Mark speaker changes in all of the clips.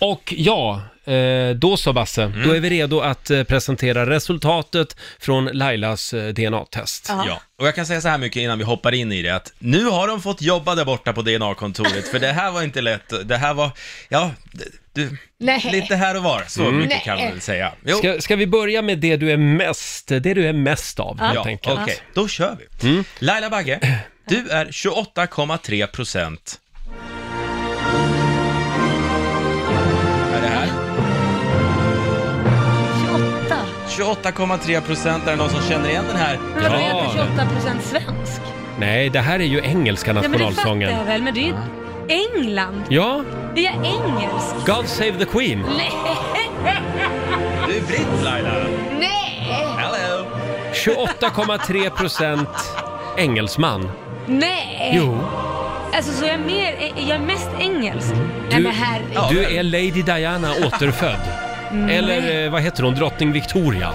Speaker 1: Och ja, eh, då så Basse,
Speaker 2: Mm.
Speaker 1: då är vi redo att eh, presentera resultatet från Lailas eh, DNA-test.
Speaker 2: Ja. och jag kan säga så här mycket innan vi hoppar in i det att nu har de fått jobba där borta på DNA-kontoret för det här var inte lätt. Det här var, ja, d- du,
Speaker 3: Nej.
Speaker 2: lite här och var, så
Speaker 1: Mm.
Speaker 2: mycket kan
Speaker 3: Nej.
Speaker 2: man väl säga. Jo,
Speaker 1: Ska, ska vi börja med det du är mest, det du är mest av
Speaker 3: Ja.
Speaker 1: helt
Speaker 2: ja, okej,
Speaker 1: enkelt?
Speaker 2: då kör vi.
Speaker 1: Mm.
Speaker 2: Laila Bagge, du är 28,3 procent. Är det här?
Speaker 3: 28.
Speaker 2: 28,3 procent, är det någon som känner igen den här?
Speaker 3: Men vadå, jag
Speaker 1: Ja.
Speaker 3: är på 28 procent svensk?
Speaker 1: Nej, det här är ju engelska
Speaker 3: Nej men det fattar
Speaker 1: nationalsången.
Speaker 3: jag väl, men det är ju England.
Speaker 1: Ja,
Speaker 3: Är jag engelsk?
Speaker 1: God Save the Queen.
Speaker 3: Nej!
Speaker 2: Du är britt Laila!
Speaker 3: Nej!
Speaker 2: Hello!
Speaker 1: 28,3 procent engelsman.
Speaker 3: Eh, Nej!
Speaker 1: Jo,
Speaker 3: Alltså så jag är mer, är jag mest engelsk?
Speaker 1: Mm. Du-
Speaker 3: Nej men herregud.
Speaker 2: Ja.
Speaker 1: du är Lady Diana återfödd.
Speaker 3: Mm. Nej.
Speaker 1: Eller eh, vad heter hon, drottning Victoria.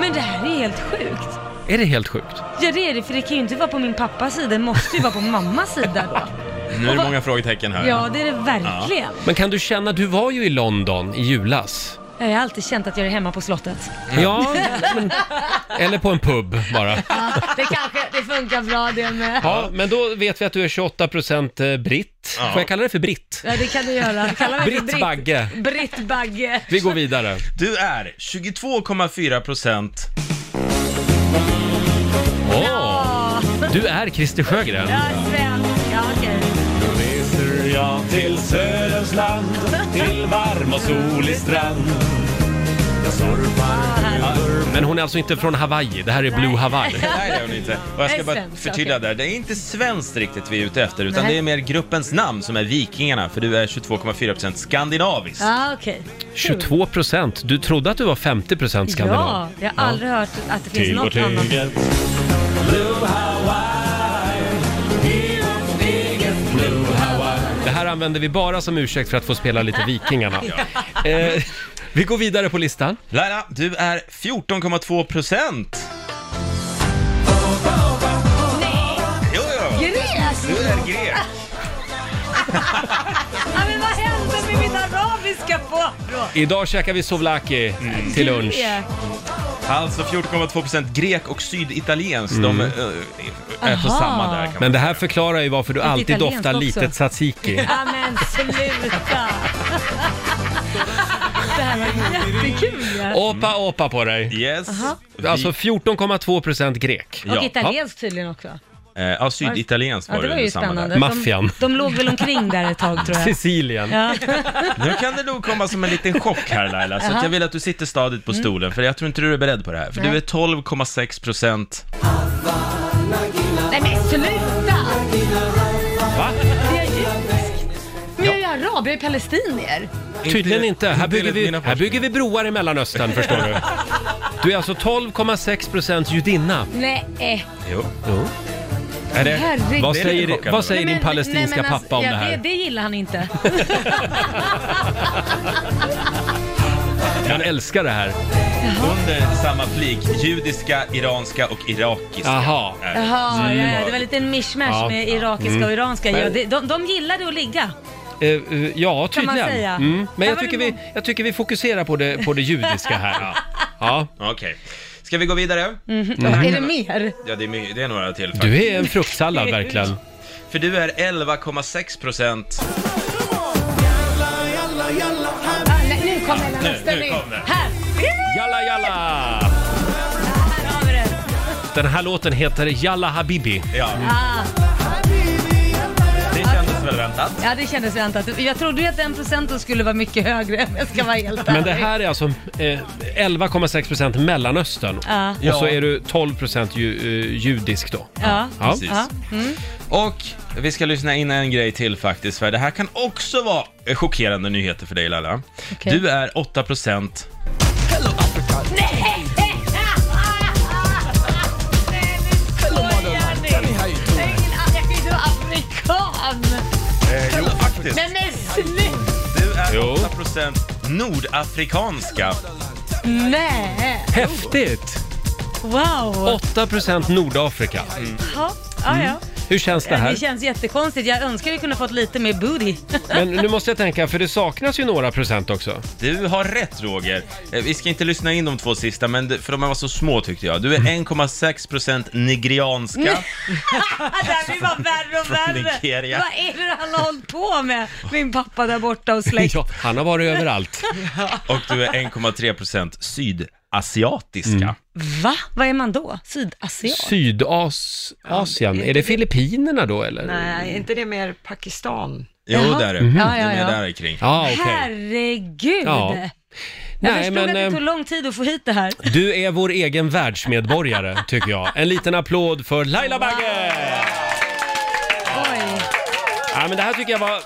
Speaker 3: Men det här är helt sjukt.
Speaker 1: Är det helt sjukt?
Speaker 3: Ja det är det, för det kan ju inte vara på min pappas sida, det måste ju vara på mammas sida då.
Speaker 2: Nu är det
Speaker 3: vad-
Speaker 2: många frågetecken här.
Speaker 3: Ja det är det verkligen.
Speaker 1: Men kan du känna, du var ju i London i julas.
Speaker 3: Jag har alltid känt att jag är hemma på slottet.
Speaker 1: Ja, men, eller på en pub bara.
Speaker 3: Det kanske, det funkar bra det med.
Speaker 1: Ja, men då vet vi att du är 28 procent eh, britt.
Speaker 2: Ja.
Speaker 1: Får jag kalla dig för britt?
Speaker 3: Ja det kan du göra. Kalla mig för
Speaker 1: Britt Bagge.
Speaker 3: Britt Bagge.
Speaker 1: Vi går vidare.
Speaker 2: Du är 22,4 procent
Speaker 1: Åh, du är Christer Sjögren.
Speaker 3: Jag är svensk, ja okej.
Speaker 4: Reser jag till Söderns land, till varm och solig strand. Jag surfar, jag surfar.
Speaker 1: Men hon är alltså inte från Hawaii, det här är Blue Hawaii.
Speaker 2: Nej, det är hon inte. Och jag ska
Speaker 3: Nej,
Speaker 2: bara
Speaker 3: svenskt,
Speaker 2: förtydliga
Speaker 3: okej.
Speaker 2: där. Det är inte svenskt riktigt vi är ute efter, utan
Speaker 3: Nej.
Speaker 2: det är mer gruppens namn som är Vikingarna, för du är 22,4% skandinavisk.
Speaker 3: Ja okej.
Speaker 1: 22 procent, du trodde att du var 50 procent
Speaker 3: Ja,
Speaker 1: skandinav.
Speaker 3: jag har aldrig hört att det finns
Speaker 4: Till vårt
Speaker 3: något annat.
Speaker 4: eget Blue Hawaii, i vårt eget Blue Hawaii.
Speaker 1: Det här använder vi bara som ursäkt för att få spela lite Vikingarna. Eh, vi går vidare på listan.
Speaker 2: Laila, du är 14,2%! Jo, jo,
Speaker 3: Grekland!
Speaker 2: du är grek.
Speaker 3: Ja, men vad hände med min arabiska påbrå?
Speaker 1: Idag käkar vi souvlaki till lunch.
Speaker 2: Alltså 14,2% grek och syditalienskt, de eh, är på
Speaker 3: Mm. Aha.
Speaker 2: samma där kan man
Speaker 1: Men det här förklarar ju varför du alltid
Speaker 3: italienskt
Speaker 1: doftar
Speaker 3: också.
Speaker 1: lite tzatziki.
Speaker 3: Ja men sluta! Det här var jättekul ja.
Speaker 1: Åpa, åpa på dig.
Speaker 2: Yes. Vi-
Speaker 1: Alltså 14,2 procent grek.
Speaker 2: ja.
Speaker 3: Och italiensk tydligen också.
Speaker 2: Eh, Ja, syditalienskt
Speaker 3: Ja,
Speaker 2: var
Speaker 3: det var
Speaker 2: det
Speaker 3: ju
Speaker 2: samma där.
Speaker 3: spännande.
Speaker 1: Maffian.
Speaker 3: De, de låg väl omkring där ett tag tror jag.
Speaker 1: Sicilien.
Speaker 3: Ja.
Speaker 2: Nu kan det nog komma som en liten chock här Laila, så att jag vill att du sitter stadigt på stolen, för jag tror inte du är beredd på det här. För du
Speaker 3: Mm. Nej.
Speaker 2: är 12,6 procent.
Speaker 3: Nej men sluta!
Speaker 1: Va?
Speaker 3: Det är egyptiskt. Men jag är ju arab, jag är palestinier.
Speaker 1: Tydligen inte. Här bygger,
Speaker 2: enligt
Speaker 1: vi,
Speaker 2: mina
Speaker 1: här bygger vi broar i Mellanöstern, förstår du. Du är alltså 12,6 procent judinna.
Speaker 3: Nej. eh.
Speaker 2: forskare. Jo.
Speaker 1: Jo.
Speaker 2: Är det...
Speaker 3: Herregud.
Speaker 1: Vad
Speaker 2: Det är lite
Speaker 1: säger,
Speaker 2: chockande.
Speaker 1: vad säger
Speaker 3: Nej,
Speaker 1: din
Speaker 3: men-
Speaker 1: palestinska
Speaker 3: nej, men alltså,
Speaker 1: pappa om
Speaker 3: ja,
Speaker 1: det
Speaker 3: Det,
Speaker 1: här?
Speaker 3: det gillar han inte.
Speaker 1: Jag älskar det här.
Speaker 2: Under samma flik, judiska, iranska och irakiska.
Speaker 1: Jaha.
Speaker 2: är det.
Speaker 3: Jaha, ja, ja, det var lite en mishmash
Speaker 1: Ja. Mm.
Speaker 3: med irakiska och iranska. Ja, de, de, de gillade att ligga.
Speaker 1: Eh, eh, ja,
Speaker 3: Kan man
Speaker 1: tydligen.
Speaker 3: säga.
Speaker 1: Mm. Men
Speaker 3: Här
Speaker 1: jag
Speaker 3: var det
Speaker 1: tycker, vi,
Speaker 3: många-
Speaker 1: jag tycker vi fokuserar på det, på det judiska här. Ja.
Speaker 2: Okej. Ska vi gå vidare?
Speaker 3: Mhm.
Speaker 2: Mm.
Speaker 3: Är det mer?
Speaker 2: Ja, det är, my- det är några till faktiskt.
Speaker 1: Du är en fruktsallad verkligen.
Speaker 2: För du är 11,6 procent.
Speaker 3: Ah, nej, nu kommer den
Speaker 2: nu kom den.
Speaker 3: Här!
Speaker 1: Jalla jalla!
Speaker 3: Här har vi den.
Speaker 1: Den här låten heter Jalla Habibi.
Speaker 2: Ja,
Speaker 3: Ah,
Speaker 2: det kändes väl väntat.
Speaker 3: ja, det kändes väntat. Jag trodde ju att den procenten skulle vara mycket högre om jag ska vara helt
Speaker 1: Men det
Speaker 3: ärlig.
Speaker 1: här är alltså eh, 11,6 procent Mellanöstern.
Speaker 3: Ja.
Speaker 1: Och så är du 12 procent ju, eh, judisk då.
Speaker 3: Ja,
Speaker 1: Ja.
Speaker 2: Precis.
Speaker 3: ja. Mm.
Speaker 2: Och vi ska lyssna in en grej till faktiskt, för det här kan också vara eh, chockerande nyheter för dig Laila.
Speaker 3: Okej.
Speaker 2: Du är 8 procent.
Speaker 3: Jag kan ju inte vara afrikan!
Speaker 2: Eh, jo, faktiskt.
Speaker 3: Nej men sluta!
Speaker 2: Du är
Speaker 1: Jo.
Speaker 2: 8% nordafrikanska.
Speaker 3: Nej!
Speaker 1: Häftigt!
Speaker 3: Wow!
Speaker 1: 8 procent Nordafrika.
Speaker 3: Ja, ja, ja.
Speaker 1: Hur känns det här?
Speaker 3: Det känns jättekonstigt. Jag önskar vi kunde fått lite mer booty.
Speaker 1: Men nu måste jag tänka, för det saknas ju några procent också.
Speaker 2: Du har rätt Roger. Eh, Vi ska inte lyssna in de två sista, men det- för de var så små tyckte jag. Du är 1,6% nigerianska.
Speaker 3: det här blir bara värre och
Speaker 2: Från
Speaker 3: värre.
Speaker 2: Nigeria.
Speaker 3: Vad är det han har hållit på med? Min pappa där borta och släkt.
Speaker 1: Ja, han har varit överallt.
Speaker 2: Och du är 1,3% sydasiatiska.
Speaker 3: Va? Vad är man då? Sydasiat?
Speaker 1: Sydasien, är det Filippinerna då eller?
Speaker 5: Nej, är inte det mer Pakistan?
Speaker 2: Jo,
Speaker 3: Jaha.
Speaker 2: där är
Speaker 3: Mhm.
Speaker 2: du.
Speaker 3: Ja,
Speaker 2: Det är
Speaker 3: ja,
Speaker 2: med
Speaker 3: ja.
Speaker 2: där kring.
Speaker 1: Ja, okej.
Speaker 3: Herregud!
Speaker 1: Ja.
Speaker 3: Jag
Speaker 1: Nej,
Speaker 3: förstod
Speaker 1: men,
Speaker 3: att det
Speaker 1: eh,
Speaker 3: tog lång tid att få hit det här.
Speaker 1: Du är vår egen världsmedborgare, tycker jag. En liten applåd för Laila Bagge!
Speaker 3: Oj.
Speaker 1: Ja, men det här tycker jag var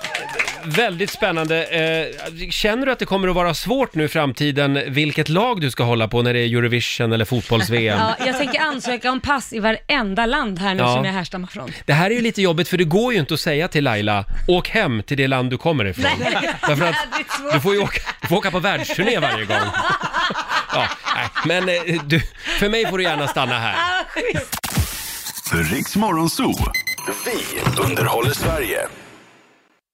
Speaker 1: väldigt spännande. Eh, Känner du att det kommer att vara svårt nu i framtiden vilket lag du ska hålla på när det är Eurovision eller fotbolls-VM?
Speaker 3: Ja, jag tänker ansöka om pass i varenda land här nu
Speaker 1: Ja.
Speaker 3: som jag härstammar från.
Speaker 1: Det här är ju lite jobbigt för det går ju inte att säga till Laila, åk hem till det land du kommer ifrån. Därför att
Speaker 3: Jävligt svårt.
Speaker 1: du får ju åka, du får åka på världsturné varje gång. Ja, nej, men eh, du, för mig får du gärna stanna här.
Speaker 6: Riks Morgonzoo. Vi underhåller Sverige.